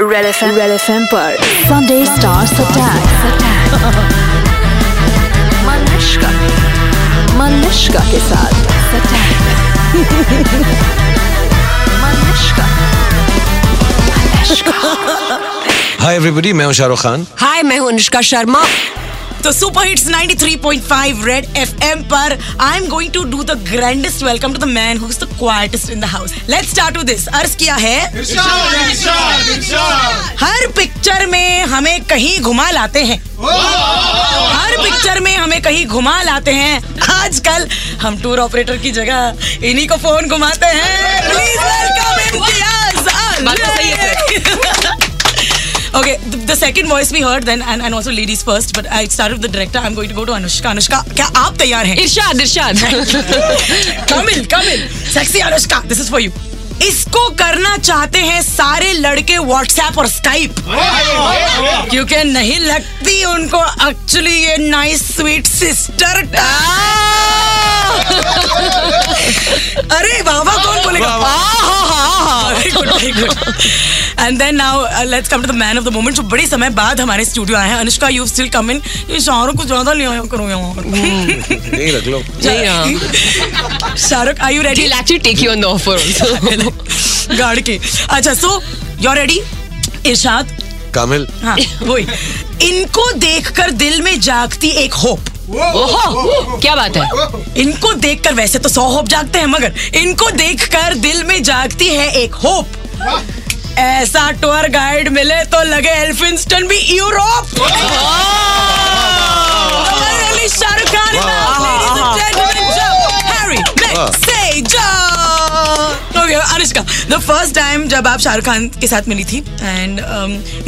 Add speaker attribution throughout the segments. Speaker 1: Rail F M red F M पर Sunday stars attack मनुष्का मनुष्का के साथ अटैक मनुष्का
Speaker 2: हाय एवरीबॉडी मैं हूं शाहरुख खान
Speaker 3: हाय मैं हूं अनुष्का शर्मा तो सुपर हिट्स 93.5 रेड एफएम पर I am going to do the grandest welcome to the man who is the quietest in the house let's start with this अर्ज किया है
Speaker 4: इरशाद इरशाद इरशाद
Speaker 3: हर पिक्चर में हमें कहीं घुमा लाते हैं हर पिक्चर में हमें कहीं घुमा लाते हैं आजकल हम टूर ऑपरेटर की जगह इन्हीं को फोन घुमाते हैं please welcome Okay, the, the second voice we heard then, and, and also ladies first, but I started with the director. I'm going to go to Anushka. Anushka, क्या आप तैयार हैं?
Speaker 5: इरशाद इरशाद
Speaker 3: come in, come in. Sexy Anushka, this is for you. इसको करना चाहते हैं सारे लड़के व्हाट्सएप और स्काइप क्योंकि नहीं लगती उनको एक्चुअली ये नाइस स्वीट सिस्टर अरे वाह कौन बोलेगा हाँ, and then now let's come to the man of the moment जो बड़े समय बाद हमारे स्टूडियो आए हैं Anushka you still come in ये शाहरुख को ज्यादा ले आया करो यहाँ
Speaker 2: नहीं रख लो
Speaker 3: हाँ। Shahrukh I you ready
Speaker 5: He'll actually take you on the offer
Speaker 3: Oh,
Speaker 5: also.
Speaker 3: गाड़ के अच्छा सो यू रेडी इरशाद
Speaker 2: कामिल
Speaker 3: हाँ वही इनको देखकर दिल में जागती एक होप
Speaker 5: ओहो क्या बात है
Speaker 3: oh. इनको देखकर वैसे तो सौ होप जागते हैं मगर इनको देखकर दिल में जागती है एक होप ऐसा टूर गाइड मिले तो लगे एल्फिंस्टन भी Europe Finally, Shahrukh Khan is out, ladies and gentlemen. Joe Harry, let's say Joe. Okay, Anushka the first time जब आप शाहरुख खान के साथ मिली थी um, and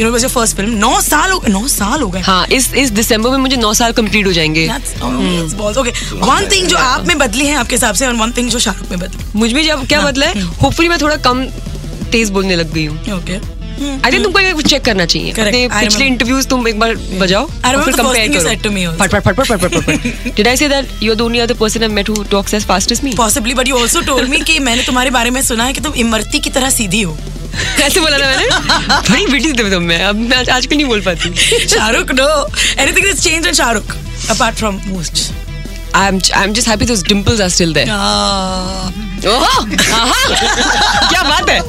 Speaker 3: you know was your first film नौ साल हो नौ साल हो गए
Speaker 5: हाँ इस इस दिसंबर में मुझे नौ साल कंप्लीट हो जाएंगे
Speaker 3: ओके वन थिंग जो आप में बदली है आपके हिसाब से और वन थिंग जो शाहरुख में बदली
Speaker 5: मुझ में जब क्या बदला है होपफुली मैं थोड़ा कम तेज बोलने लग गई हूँ
Speaker 3: ओके Hmm.
Speaker 5: आई थिंक तुमको एक चेक करना चाहिए
Speaker 3: Correct.
Speaker 5: अपने
Speaker 3: I remember.
Speaker 5: पिछले इंटरव्यूज तुम एक बार बजाओ और
Speaker 3: remember
Speaker 5: फिर
Speaker 3: the first thing you
Speaker 5: compare
Speaker 3: said to me
Speaker 5: करो
Speaker 3: also.
Speaker 5: फट फट फट फट फट फट did I say that you are the only other person I met who talks as fast as me
Speaker 3: possibly but you also told me कि मैंने तुम्हारे बारे में सुना है कि तुम इमरती की तरह सीधी हो
Speaker 5: ऐसे बोला ना मैंने बड़ी बेटी थे तुम मैं अब मैं आज- आजकल नहीं बोल पाती
Speaker 3: Shahrukh no anything is change in Shahrukh apart from most
Speaker 5: I am I am just happy those dimples are still there
Speaker 3: Ah.
Speaker 5: ओहो आहा, क्या बात है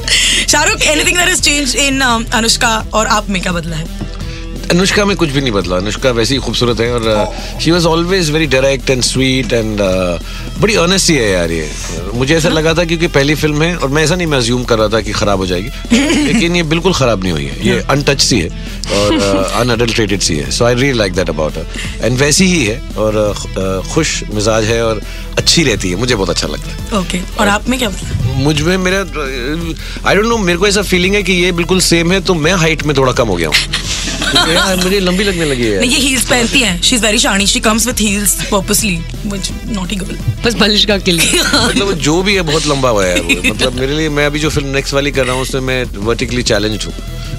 Speaker 3: Shahrukh anything that is change in Anushka um, और आप में क्या बदला है
Speaker 2: अनुष्का में कुछ भी नहीं बदला अनुष्का वैसी ही खूबसूरत है और uh, she was always very direct and sweet and uh, बड़ी ऑनेस्टी है यार ये मुझे ऐसा लगा था क्योंकि पहली फिल्म है और मैं ऐसा नहीं मैं अज्यूम कर रहा था कि खराब हो जाएगी लेकिन ये बिल्कुल खराब नहीं हुई है ये अनटच सी है और अनअडल्ट्रेटेड सी है so I really like that about her and वैसी ही है और uh, खु- uh, खुश मिजाज है और अच्छी रहती है मुझे बहुत अच्छा लगता है
Speaker 3: ओके और आप में क्या बदला
Speaker 2: मुझ में मेरा आई डोंट नो मेरे को ऐसा फीलिंग है कि ये बिल्कुल सेम है तो मैं हाइट में थोड़ा कम हो गया हूँ यार, मुझे लंबी लगने लगी है
Speaker 3: नहीं ये हील्स पहनती हैं she is very shiny she comes with heels purposely which naughty girl
Speaker 5: बस मलिश का के लिए
Speaker 2: मतलब जो भी है बहुत लंबा हुआ है वो। मतलब मेरे लिए मैं अभी जो फिल्म नेक्स्ट वाली कर रहा हूँ उसमें मैं वर्टिकली चैलेंज हूँ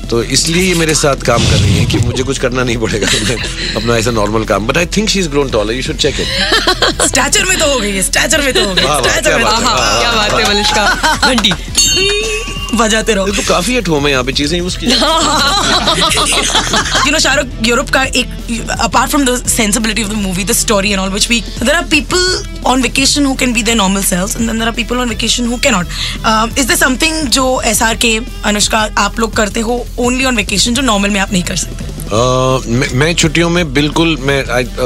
Speaker 2: तो इसलिए ये मेरे साथ काम कर रही है कि मुझे कुछ करना नहीं पड़ेगा मैं अपना ऐसा नॉर्मल काम but I think she is grown taller you should check it
Speaker 3: stature में तो हो गई स्टैचर में तो हो गई
Speaker 2: वाह, वाह, क्या
Speaker 3: stature में तो
Speaker 2: बात है।
Speaker 3: हो गई।
Speaker 5: आहा, क्या बात है मलिश का घंटी
Speaker 3: बजाते रहो
Speaker 2: तो काफी एट होम है यहाँ पे चीजें यूज की जाती हैं।
Speaker 3: you know shahrukh europe ka ek, apart from the sensibility of the movie the story and all which we there are people on vacation who can be their normal selves and then there are people on vacation who cannot um, is there something jo srk anushka aap log karte ho only on vacation jo normal mein aap nahi kar sakte
Speaker 2: अ, मैं मैं छुट्टियों में बिल्कुल मैं I- अ,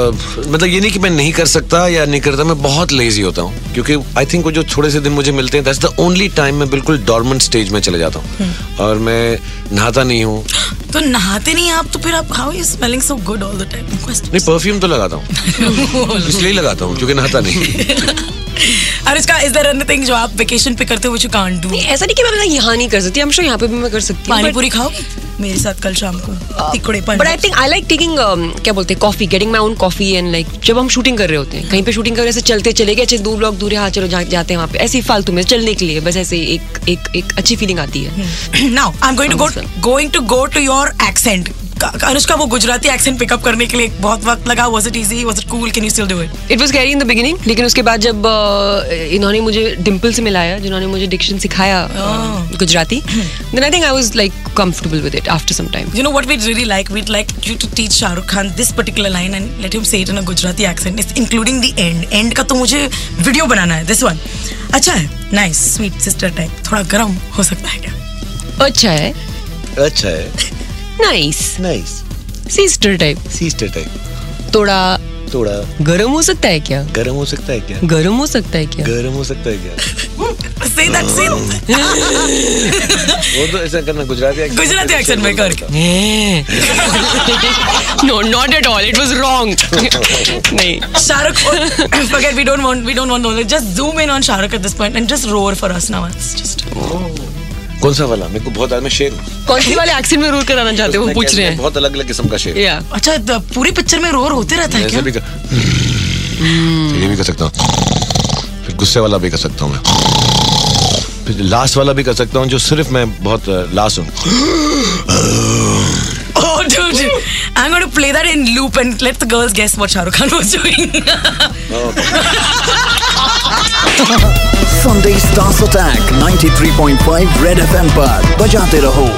Speaker 2: मतलब ये नहीं कि मैं नहीं कर सकता या नहीं करता मैं बहुत लेजी होता हूँ क्योंकि आई थिंक वो जो थोड़े से दिन मुझे मिलते हैं दैट्स द ओनली टाइम मैं बिल्कुल डॉर्मेंट स्टेज में चले जाता हूँ और मैं नहाता नहीं हूँ नहीं
Speaker 3: तो नहाते नहीं आप तो फिर आप how you smelling so good all the time question
Speaker 2: perfume तो लगाता हूँ इसलिए ही लगाता हूँ क्योंकि नहाता नहीं
Speaker 3: अनुष्का इज देयर एनीथिंग जो आप वेकेशन पे करते हो व्हिच यू कांट डू
Speaker 5: नहीं, ऐसा नहीं कि मैं मतलब यहाँ नहीं कर सकती आई एम श्योर यहाँ पे भी मैं कर सकती
Speaker 3: पानी
Speaker 5: हूँ
Speaker 3: पूरी खाओगी मेरे साथ कल शाम को तिकड़े
Speaker 5: but I think I like taking um, क्या बोलते हैं coffee getting my own coffee and like जब हम शूटिंग कर रहे होते हैं कहीं पे शूटिंग कर रहे हैं, ऐसे चलते चले गए अच्छे दो ब्लॉक दूर है हाँ चलो जा, जाते हैं वहाँ पे ऐसे ही फालतू में चलने के लिए बस ऐसे ही एक एक एक अच्छी फीलिंग आती है
Speaker 3: हम्म। now i'm going to go
Speaker 5: Sounds
Speaker 3: going to go to your accent Anushka वो गुजराती एक्सेंट पिकअप करने के लिए बहुत वक्त लगा was it easy was it cool can you still do it
Speaker 5: it was carry in the beginning लेकिन उसके बाद जब अ, इन्होंने मुझे डिम्पल से मिलाया जिन्होंने मुझे डिक्शन सिखाया
Speaker 3: Oh.
Speaker 5: Uh, Gujarati then I think I was like comfortable with it after some time
Speaker 3: You know what we'd really like? We'd like you to teach Shah Rukh Khan this particular line and let him say it in a Gujarati accent, It's including the end. End का तो मुझे video बनाना है. This one. अच्छा है. Nice, sweet sister type. थोड़ा गरम हो सकता है क्या?
Speaker 5: अच्छा है
Speaker 2: अच्छा है
Speaker 5: nice
Speaker 2: nice
Speaker 5: sister type
Speaker 2: sister type
Speaker 5: थोड़ा
Speaker 2: थोड़ा
Speaker 5: गर्म हो सकता है क्या
Speaker 2: गर्म हो सकता है क्या
Speaker 5: गर्म हो सकता है क्या
Speaker 2: गर्म हो सकता है क्या
Speaker 3: Hmm, Say that. Say that.
Speaker 2: वो तो ऐसा करना गुजराती accent में
Speaker 3: गुजराती
Speaker 2: तो
Speaker 3: accent में
Speaker 2: बोलता
Speaker 3: करके।
Speaker 2: था।
Speaker 5: No not at all it was wrong नहीं
Speaker 3: Shah Rukh, oh, forget. We don't want. We don't want knowledge. Just zoom in on Shah Rukh at this point and just roar for us now. It's just.
Speaker 2: कौन सा वाला मेरे को बहुत आदमी शेर हूँ।
Speaker 5: कौन सी वाले एक्सेंट में रोल कराना चाहते हो वो पूछ रहे हैं
Speaker 2: बहुत अलग अलग किस्म का शेर
Speaker 5: या
Speaker 3: अच्छा द- पूरी पिक्चर में रोर होते रहता है
Speaker 2: ऐसे
Speaker 3: क्या?
Speaker 2: भी कर फिर ये भी कर सकता हूँ फिर गुस्से वाला भी कर सकता हूँ मैं फिर लास्ट वाला भी कर सकता हूँ जो सिर्फ मैं बहुत लास्ट हूँ
Speaker 3: Oh, dude, I'm going to play that in loop and let the girls guess what Shah Rukh Khan was doing.
Speaker 6: Sunday Stars Attack 93.5 Red FM पर बजाते रहो